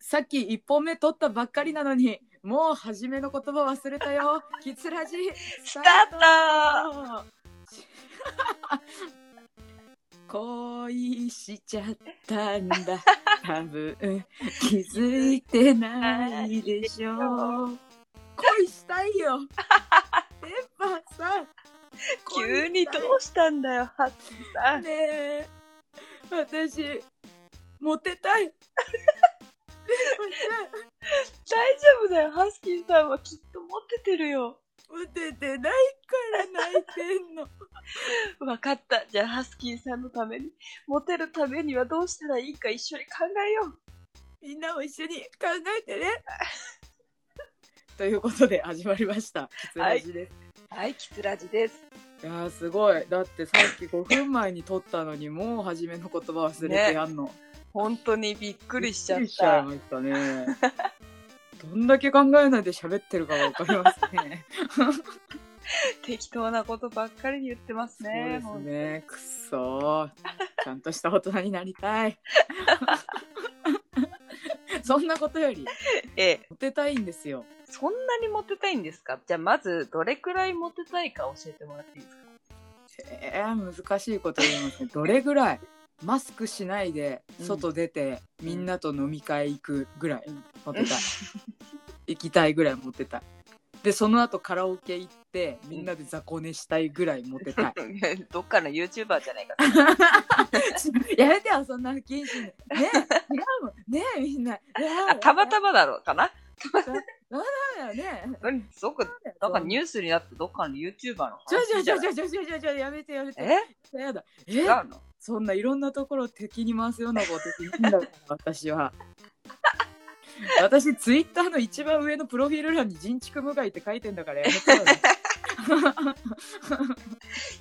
さっき1本目取ったばっかりなのにもう初めの言葉忘れたよキツラジスタートート恋しちゃったんだ多分気づいてないでしょう恋したいよペッパーさん急にどうしたんだよ、ハッピーさん。ねえ私モテた いペッパーさん大丈夫だよ、ハスキーさんはきっと持っててるよ。打ててないから泣いてんの わかった。じゃあ、ハスキーさんのために、モテるためにはどうしたらいいか一緒に考えよう。みんなも一緒に考えてね ということで始まりました「キツラジですはい、キツラジです。」い、やーすごいだってさっき5分前に撮ったのにもう初めの言葉忘れてやんの、本当にびっくりしちゃっびっくりた。ましたねどんだけ考えないで喋ってるかわかります ね適当なことばっかり言ってますね。そうですねくっそーちゃんとした大人になりた いそんなことよりほんとええ、モテたいんですよそんなにモテたいんですかじゃあ、まず、どれくらいモテたいか教えてもらっていいですかえー、難しいこと言いますね。どれぐらいマスクしないでうん外出て、みんなと飲み会行くぐらいうんモテたい行きたいぐらいモテたいでその後カラオケ行ってみんなで雑魚寝したいぐらいモテ たいどっかの YouTuber じゃないか。やめてよそんな不謹慎ねえ違うもんねえみんなあたまたまだろうかな。まだよねうんすごく、なんかニュースになってどっかの YouTuber のちょちょ話ちじゃょなちい。ょちょちょちょちょやめてやめてえやだ違えうのそんないろんなところを敵に回すようなことできるんだから私は。私ツイッターの一番上のプロフィール欄に人畜無害って書いてんだからやめてよね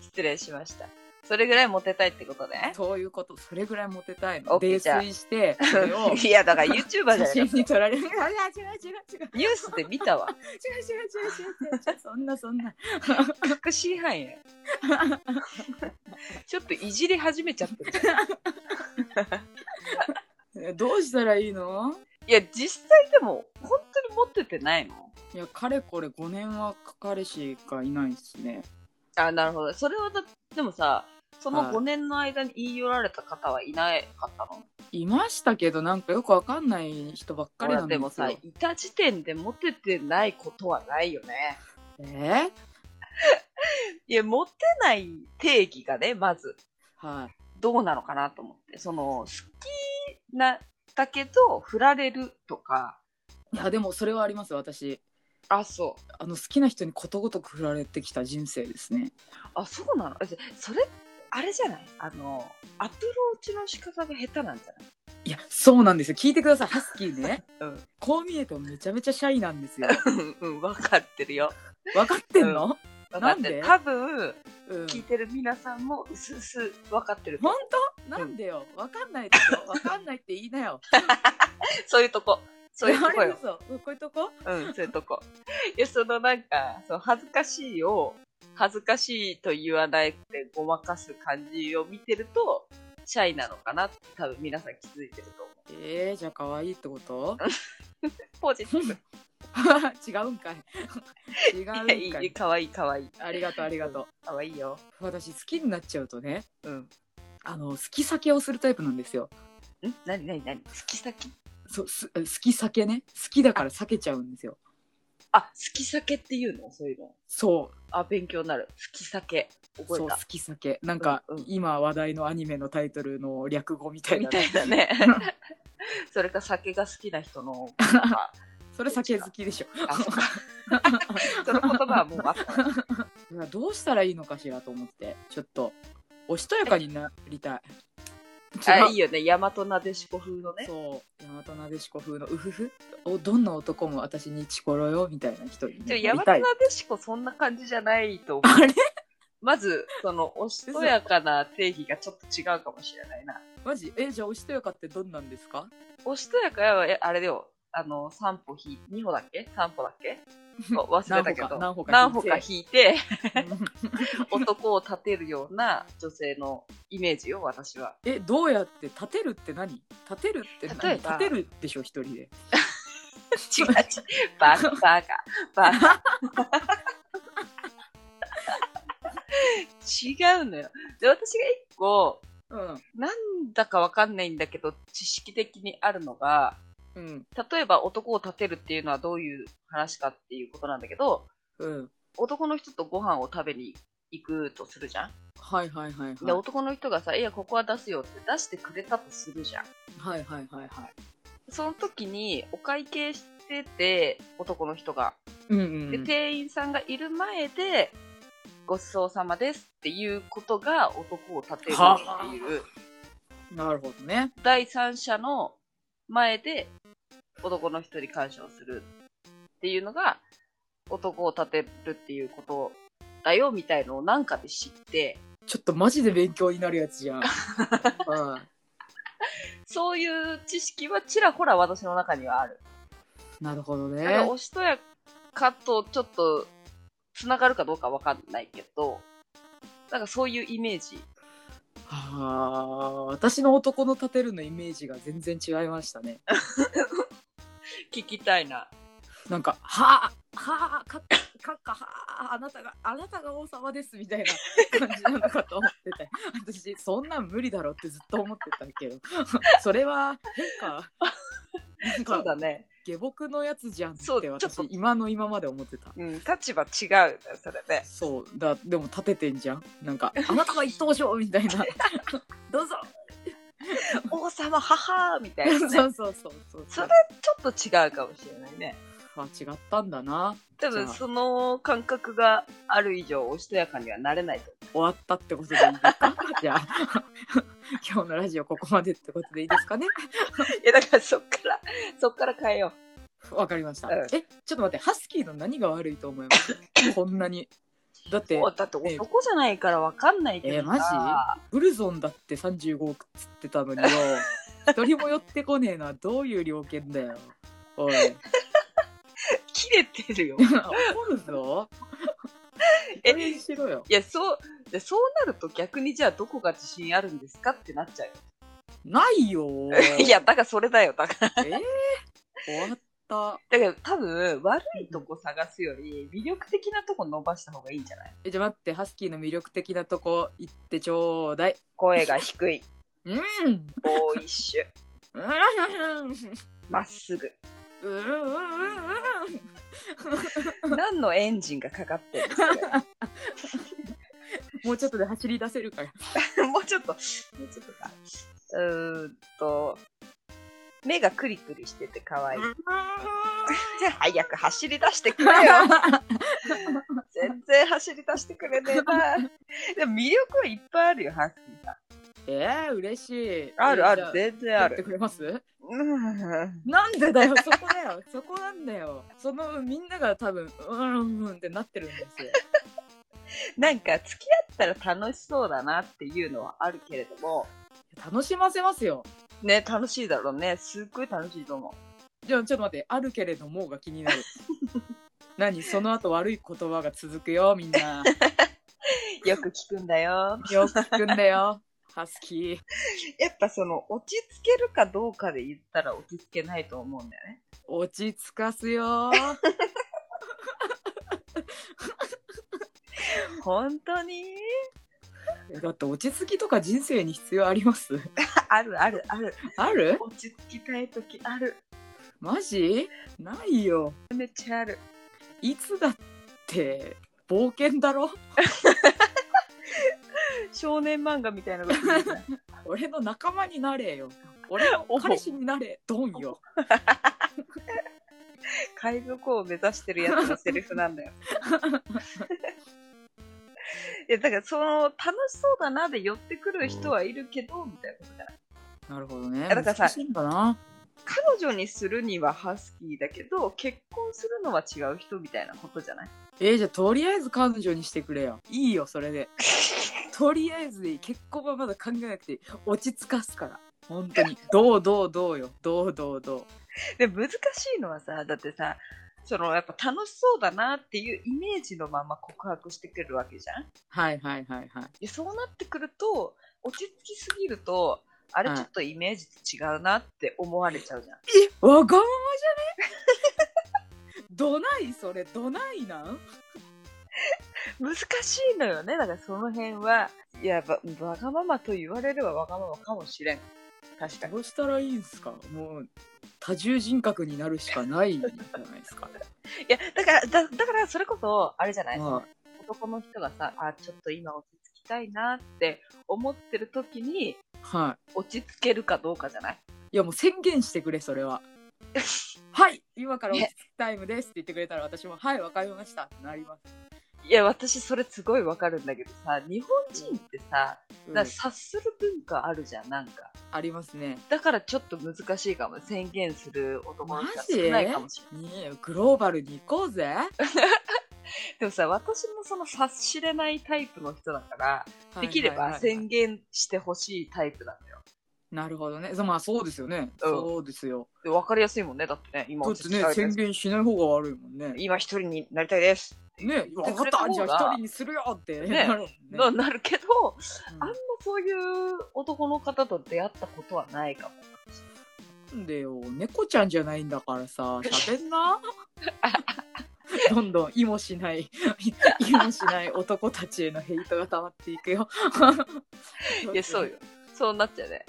失礼しました。それぐらいモテたいってことね。そういうことそれぐらいモテたいオのッケ泥ーじゃあ酔してそれをいや、だから YouTuber じゃない写真か。に撮られるあ違う違う違う違う違う違う違うニュースで見たわ。違うそんなそんな確信犯 や。ちょっといじり始めちゃってる。どうしたらいいのいや、実際でも、本当に持っててないのいやかれこれ5年は彼氏がいないですねあ、なるほど。それはだ、でもさ、そはのい5年の間に言い寄られた方はいなかったの、いましたけどなんかよくわかんない人ばっかりほならんでですもよさ、いた時点でモテてないことはないよね。えーいや、モテない定義がね、まず、はいどうなのかなと思って。その、好きな、だけど、振られるとか、いやでもそれはあります私あ、そう。あの好きな人にことごとく振られてきた人生ですねあ、そうなのえそれ、あれじゃないあの、アプローチの仕方が下手なんじゃいやそうなんですよ聞いてくださいハスキーねない こう見えてもめちゃめちゃシャイなんですよ うん。うん、分かってるよ。分かってんの、分かなってんでる。多分、うん聞いてる皆さんも、うすうす分かってる。本当なんでよ分かんないでしょ分かんないって言いな よそういうとこ。そういうとこあれよ。嘘こういうとこうん、そういうとこ。いや、そのなんか、その恥ずかしいを、恥ずかしいと言わないでごまかす感じを見てると、シャイなのかなって多分皆さん気づいてると思えー、じゃあ可愛いってこと う。ポジティブ。違うんかい違うんかいいや、いい、かわいい、かわいい。ありがとうありがとうかわいいよ。私好きになっちゃうとねうん。あの好き酒をするタイプなんですよんなになになに好き先そうす好き酒ね好きだから避けちゃうんですよあ、好き酒っていうのそういうの。そうあ、勉強になる。好き酒。覚そえうた好。き酒なんか、うんうん今話題のアニメのタイトルの略語みたいみなたいだね。 それか酒が好きな人の、あ、それ酒好きでしょあそっかその言葉はもうあった。だからどうしたらいいのかしらと思ってちょっとおしとやかになりたいあ、い違いうよね。大和なでしこ風のね。そう大和なでしこ風のうふふおどんな男も私にチコロよみたいな人に、ちょね、大な和りたいなでしこそんな感じじゃないと思う。あれまず、そ の、おしとやかな定義がちょっと違うかもしれないな。マジえじゃあおしとやかってどんなん ですか おしとやかは、えあれだよ。あの、三歩ひ、二歩だっけ三歩だっけそう忘れたけど何歩か何何歩歩かか引引いてうん男を立て るような女性のイメージよ私はえどうやって立てるって何立てるって例え何立ばてるでしょ一人で違う違うバカバカバ カ違うのよで私が一個うんなんだかわかんないんだけど知識的にあるのがうん例えば男を立てるっていうのはどういう話かっていうことなんだけどうん男の人とご飯を食べに行くとするじゃん、はいはいはいではい男の人がさ「いやここは出すよ」って出してくれたとするじゃんはいはいはいはいその時にお会計してて男の人がうんうで、ん店員さんがいる前で、ごちそうさまですっていうことが男を立てるっていう、なるほどね第三者の前で男の人に感謝をするっていうのが、男を立てるっていうことだよみたいのをなんかで知って、ちょっとマジで勉強になるやつじゃんうんそういう知識はちらほら私の中にはある。なるほどただねおしとやかとちょっとつながるかどうかわかんないけど、なんかそういうイメージ。はあ私の男の立てるのイメージが全然違いましたね聞きたいな。なんか「はあはあかっかっかはああなたがあなたが王様です」みたいな感じなのかと思ってて私そんなん無理だろうってずっと思ってたけどそれは変かなんそうかだね。下僕のやつじゃんっそうちてょっと私今の今まで思ってたうん、立場違うんだよ、それね。そうだでも立ててんじゃんなんか「あなたが一等賞」みたい な「どうぞ 王様、母み」たい そな、 うそね。ちょうそうそうそれっと違うかもしれないね。あ違ったんだな多分、その感覚がある以上、おしとやかにはなれないと終わったってことでいいですか じゃあ今日のラジオここまでってことでいいですかね思う。いや、だからそっから、そっから変えよわかりました、うんえちょっと待ってハスキーの何が悪いと思います こんなにだっう。ておだって男じゃないからわかんないけどえーマジさブルゾンだって35億つってた のによ一人も寄ってこねえのはどういう猟犬だよおい切れてるよ。怒るぞえ応援しろよいや、そう、でそうなると逆にじゃあどこが自信あるんですかってなっちゃうないよよ。 いや、だからそれだよ。だから、えー、終わっただから多分、悪いとこ探すより、魅力的なとこ伸ばした方がいいんじゃないえじゃあ待ってハスキーの魅力的なとこ行ってちょうだい声が低 い。うんボーイッシュ。うんまっすぐ。うんうんうん何のエンジンがかかってるんですかもうちょっとで走り出せるから。 もうちょっと、もうちょっとか。うーんと、目がクリクリしてて可愛い。早く走り出して くれよ。全然走り出してくれねえな。 でも魅力はいっぱいあるよ、ハッキーさん。 えー、嬉しい。あるあえる、ーじゃ全然撮あってる。くれますうんなんでだよ、そこだよ。 そこなんだよ。そのみんなが多分、うんうんってなってるんですよ。なんか、付き合ったら楽しそうだなっていうのはあるけれども、楽しませますよ。ね、楽しいだろうね。すっごい楽しいと思う。じゃあちょっと待って、あるけれどもが気になる。 何その後悪い言葉が続くよ、みんな。よく聞くんだよ。よく聞くんだよ。ハスキー。やっぱその、落ち着けるかどうかで言ったら落ち着けないと思うんだよね。落ち着かすよ。 本当にえだって落ち着きとか人生に必要あります あるあるある。ある落ち着きたい時ある。マジないよ。めっちゃある。いつだって冒険だろ少年漫画みたいなこと言うじゃん俺の仲間になれよ。俺の彼氏になれ。ドンよ。海賊王を目指してるやつのセリフなんだよ。 いや、だからその、楽しそうだなで寄ってくる人はいるけど、みたいなことじゃない。なるほどね。やだからさ難しいんだな。彼女にするにはハスキーだけど、結婚するのは違う人みたいなことじゃないえーじゃあとりあえず彼女にしてくれよ。いいよ、それで。とりあえずでいい。結婚はまだ考えなくていい。落ち着かすから。本 当に。どうどうどうよ。どうどうどう。で難しいのはさだってさそのやっぱ楽しそうだなっていうイメージのまま告白してくるわけじゃんはいはいはいはい。でそうなってくると落ち着きすぎるとあれうんちょっとイメージと違うなって思われちゃうじゃん、わがままじゃ ねどないそれどないなん難しいのよねだからその辺はいやわわがままと言われればわがままかもしれん確かにどうしたらいいんすかもう多重人格になるしかないんじゃないです か。いやだからだだからそれこそあれじゃない、は男の人がさあちょっと今落ち着きたいなって思ってる時にい。はい落ち着けるかどうかじゃない いやもう宣言してくれそれは。はい今から落ち着きタイムですって言ってくれたら私もはいわかりましたってなります。いや私それすごいわかるんだけどさ日本人ってさ、うんなんか察する文化あるじゃんなんかありますね。だからちょっと難しいかも宣言する男のマ人がジ少ないかもしれないねえグローバルに行こうぜ。でもさ私もその察しれないタイプの人だからできれはいはばいはいはい宣言してほしいタイプなんだよなるほどね。そうまあそうですよね。うんそうですよ。で分かりやすいもんねだってね今だっ落ちて着きねたいで宣す言しない方が悪いもんね。今一人になりたいですねっ分てかくっれたた方じゃがあ一人にするよってねなるもんねななるけどうんあんまそういう男の方と出会ったことはないかも。なんでよ猫ちゃんじゃないんだから さ喋んなどんどん意もしない 意もしない男たちへのヘイトが溜まっていくよいや、そうよ。そうなっちゃうね。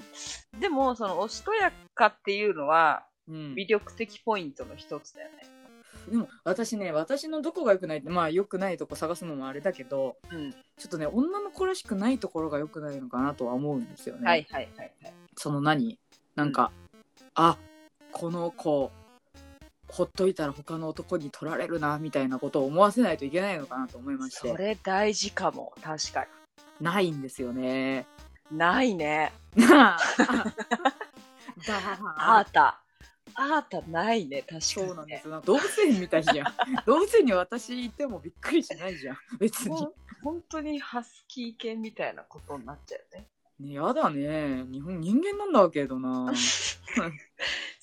でも、その、おしとやかっていうのは、うん、魅で力的ポイントの一つだよね。も私ね私のどこが良くないってまあ良くないとこ探すのもあれだけどうん。ちょっとね女の子らしくないところが良くないのかなとは思うんですよね。はいはいはいはい。その何なんか、あこの子ほっといたら他の男に取られるなみたいなことを思わせないといけないのかなと思いましそてれ大事かも。確かないんですよ ね。に。ないね。なあだああーた。あーたないね。確かに、ね。そうなんですよ動物園みたいじゃん動物園に私いてもびっくりしないじゃん別ほにん。本当にハスキー犬みたいなことになっちゃうね。ねやだね日本人間なんだけど な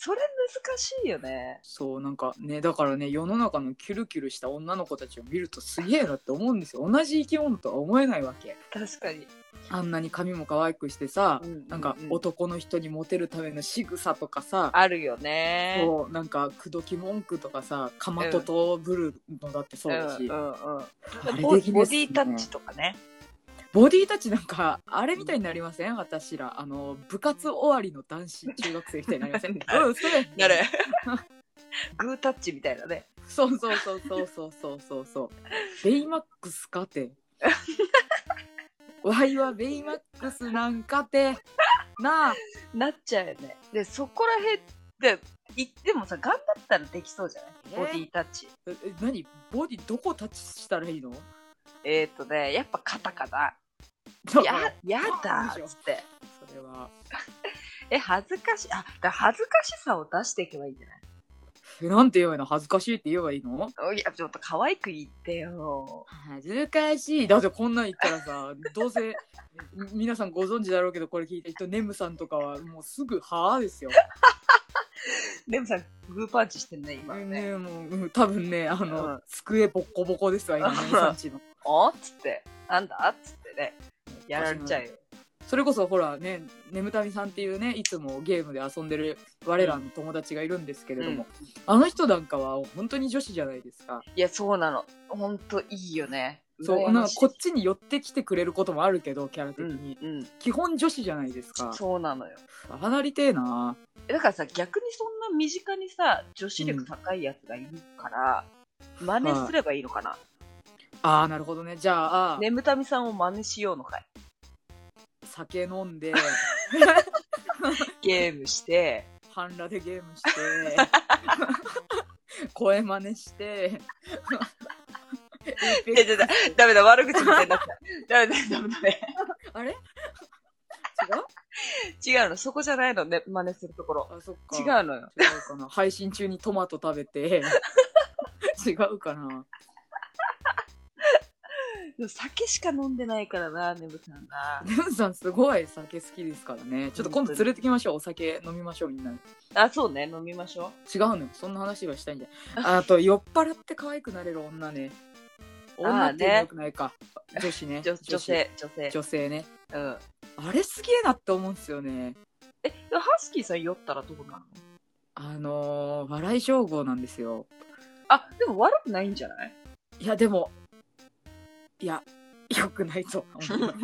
それ難しいよね。そうなんかねだからね世の中のキュルキュルした女の子たちを見るとすげえなって思うんですよ同じ生き物とは思えないわけ確かに。あんなに髪も可愛くしてさ、うんなんかうんうん男の人にモテるための仕草とかさ、あるよね。そうなんか口説き文句とかさかまととぶるのだってそうだし、んうんうんあれボできなボいっデすねィタッチとかね。ボディタッチなんかあれみたいになりません私らあの部活終わりの男子中学生みたいになりません うんそれなる。グータッチみたいなね。そうそうそうそうそうそうそうそう。ベイマックスか て。わいはベイマックスなんかて。なあ。なっちゃうよね。で、そこら辺って、いでもさ、頑張ったらできそうじゃないえーボディタッチ。ええ何ボディどこタッチしたらいいのえっ、ー、とね、やっぱ肩かな。だやから、やだそうでしょっつって。それは。え、恥ずかしい。あ、だから恥ずかしさを出していけばいいんじゃえなんて言えばいいの恥ずかしいって言えばいいのないいや、ちょっと可愛く言ってよ。恥ずかしい。だってこんなん言ったらさ、どうせみ皆さんご存知だろうけど、これ聞いた人、ネムさんとかはもうすぐ、はあですよ。でもさ、グーパンチしてんね、今ね。ね、もう、うん多分ね、あの、うん机ボッコボコですわ、今、ネムさんちの。おっつって、なんだっつってね。やられちゃうよ。それこそほらね眠たみさんっていうねいつもゲームで遊んでる我らの友達がいるんですけれども、あの人なんかは本当に女子じゃないですか、いや、そうなの。ほんといいよね。そうな羨んまかしいこっちに寄ってきてくれることもあるけどキャラ的うに、ん、うん、基本女子じゃないですかそうなのよ。離れてえなだからさ、逆にそんな身近にさ、女子力高いやつがいるから、真似すればいいのかな。あーなるほどねじゃあ、眠たみさんを真似しようのかい。酒飲ん でゲームして、半裸でゲームして 声真似していやいやいやダメだ、悪口みたいになった。ダメだ、ダメだ、ね、 あれ違う違うの、そこじゃないのね、真似するところ。あそっか違うのよ。違うか な配信中にトマト食べて違うかなでも酒しか飲んでないからな、ねぶちゃんな。ネムさんすごい酒好きですからねちょっと今度連れてきましょうお酒飲みましょうみんなであ、そうね、飲みましょ違うのよそんな話がしたいんじゃないあと酔っ払って可愛くなれる女ね女っていうのはよくないか、女子ねう。女女子性、女性。女性ねうん。あれすげえなって思うんですよねえ、でもハスキーさん酔ったらどうなのあのー笑い称号なんですよあ、でも悪くないんじゃないいやでもいやよくないと思 う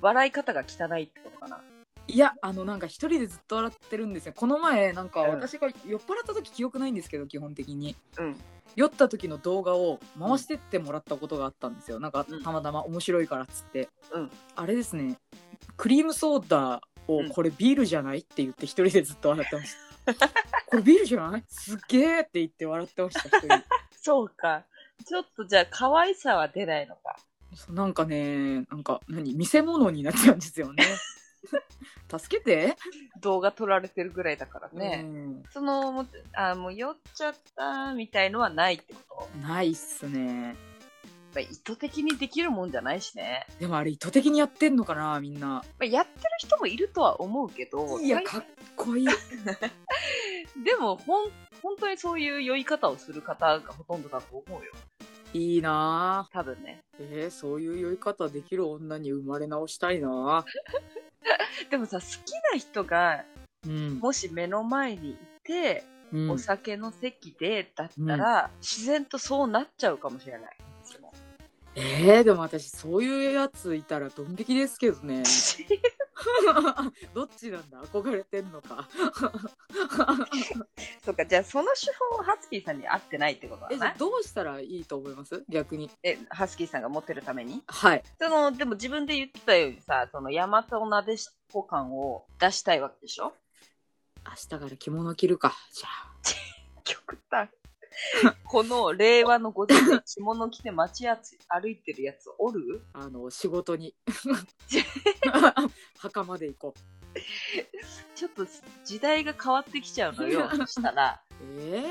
笑い方が汚いってことかな。いやあのなんか一人でずっと笑ってるんですよこの前なんかうん私が酔っ払った時記憶ないんですけど基本的にうん。酔った時の動画を回してってもらったことがあったんですよなんかたまたま面白いからっつって、うんあれですねクリームソーダをうんこれビールじゃないって言って一人でずっと笑ってました これビールじゃないすっげえって言って笑ってました一人そうか。ちょっとじゃあ、可愛さは出ないのか。そうなんかねなんか何見せ物になっちゃうんですよ ね助けて動画撮られてるぐらいだからね。うんそのもうあもう酔っちゃったみたいのはないってことないっすねまあ意図的にできるもんじゃないしね、でもあれ意図的にやってんのかなみんなまあ、やってる人もいるとは思うけどいや最かっこいいでもほん本当にそういう酔い方をする方がほとんどだと思うよいいなあ多分ねえー、そういう酔い方できる女に生まれ直したいなあでもさ好きな人がうん、もし目の前にいて、うんお酒の席でだったら、自然とそうなっちゃうかもしれない 私もえー、でも私そういうやついたらドン引きですけどね どっちなんだ憧れてんのかそうかじゃあその手法はハスキーさんに合ってないってことだえじゃなあどうしたらいいと思います逆にえハスキーさんが持ってるためにはいそのでも自分で言ってたようにさその大和なでしこ感を出したいわけでしょ明日から着物着るかじゃあ極端 この令和のご時世着物着て街あつ歩いてるやつおるあの仕事に 墓まで行こうちょっと時代が変わってきちゃうの よそしたらえ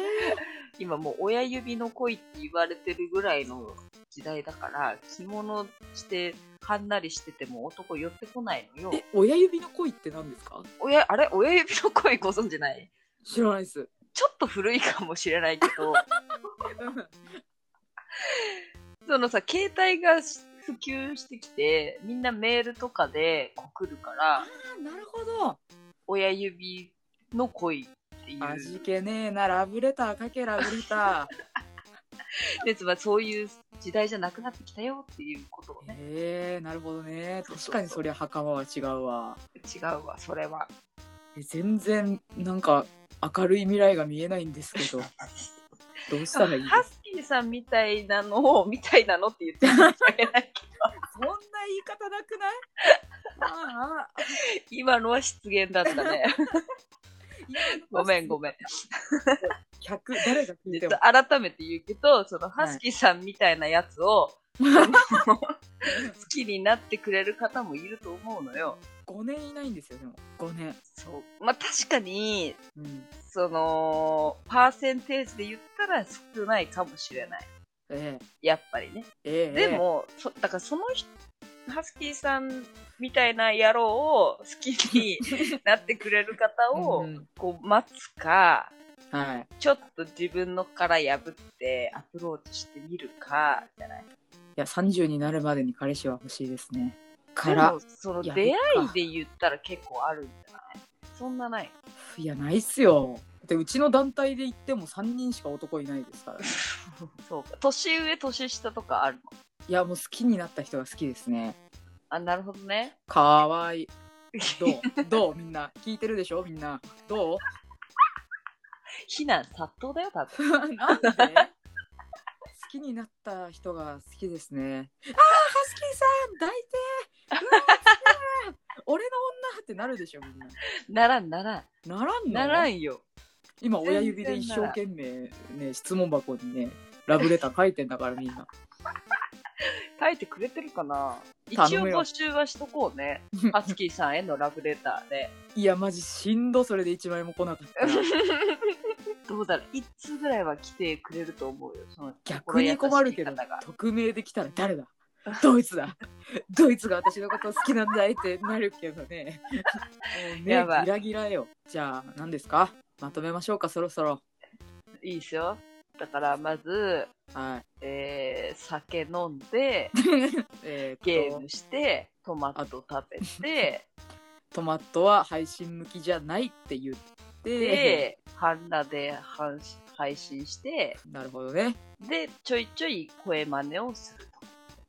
今もう親指の恋って言われてるぐらいの時代だから着物してはんなりしてても男寄ってこないのよー、え親指の恋って何ですか親あれ親指の恋ご存じない知らないですちょっと古いかもしれないけどそのさ、携帯が普及してきて、みんなメールとかで送るから、なるほど親指の恋っていう。味気ねえなラブレターかけラブレタでつまりそういう時代じゃなくなってきたよっていうことをーね、えー、なるほどねそうそう確そうかにそりゃ袴は違うわ違うわ、それは。え全然なんか明るい未来が見えないんですけ どどうしたらいいですハスキーさんみたいなのを、みたいなのって言って申し訳ない けそんな言い方なくないああど、今のは失言だった ね。ごめん、ごめん。 100誰が聞いちょてもっと改めて言うけど、そのハスキーさんみたいなや つを、その好きになってくれる方もいると思うのよ。 5年いないんですよでも5年、そう。まあ確かに、うん、その、パーセンテージで言ったら少ないかもしれない。えやっぱりね。えええでも、そだからその人、ハスキーさんみたいな野郎を好き になってくれる方うをん、こう待つか、はいちょっと自分の殻破ってアプローチしてみるか、じゃない。いや30になるまでに彼氏は欲しいですねかでらも、そのい出や会そっいかで言ったら結構あるんじゃないそんなない。いやないっすよでうちの団体で行っても3人しか男いないですからねそうか。年上、年下とかあるのいやもう好きになった人が好きですねあ、なるほどね。かわいいど うどうみんな聞いてるでしょみんなどう非難殺到だよ、多分。 なんで好きになった人が好きですねあーハスキーさん抱いてうわー好きだ俺の女ってなるでしょみんなならんならん。ならんのならんよ。今親指で一生懸命ね質問箱にねラブレター書いてんだからみんな書いてくれてるかな一頼応むよ募集はしとこ うね。ハスキーさんへのラブレターで。いやマジしんどそれで1枚も来なかったらどうだろう。いつぐらいは来てくれると思うよ。その逆に困るけど心優しい方が匿名で来たら誰だドイツだ ドイツが私のこと好きなんだいってなるけど ねもう目やばいギラギラよじゃあ何ですかまとめましょうかそろそろいいですよ。だから、まず、はいえー酒飲ん で、えーっとゲームして、トマト食べ て、トマトは配信向きじゃないって言ってで、ハンナで配信配信して、なるほどねで、ちょいちょい声真似をすると。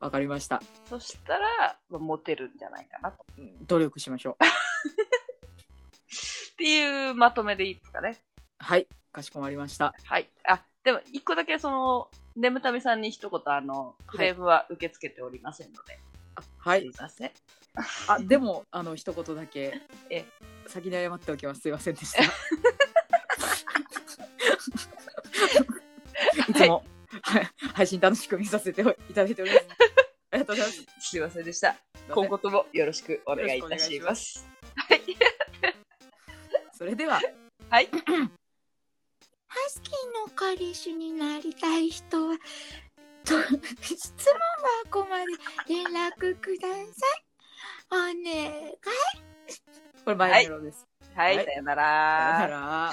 わかりましたそしたら、まあモテるんじゃないかなと。努力しましょうっていうまとめでいいですかね。はいかしこまりましたはい。あ、でも、一個だけ、その、眠たみさんに一言、あの、クレームは受け付けておりませんので、はすいいません。あでもあの一言だけえ先に謝っておきますすいませんでし たいつも、はい、配信楽しく見させていただいておりますありがとうございますすいませんでした。今後ともよろしくお願いいたします。それでははい。ハスキーの彼氏になりたい人は、と質問箱まで連絡ください。お願い。これマイメロです、はい、はいさよな。だからら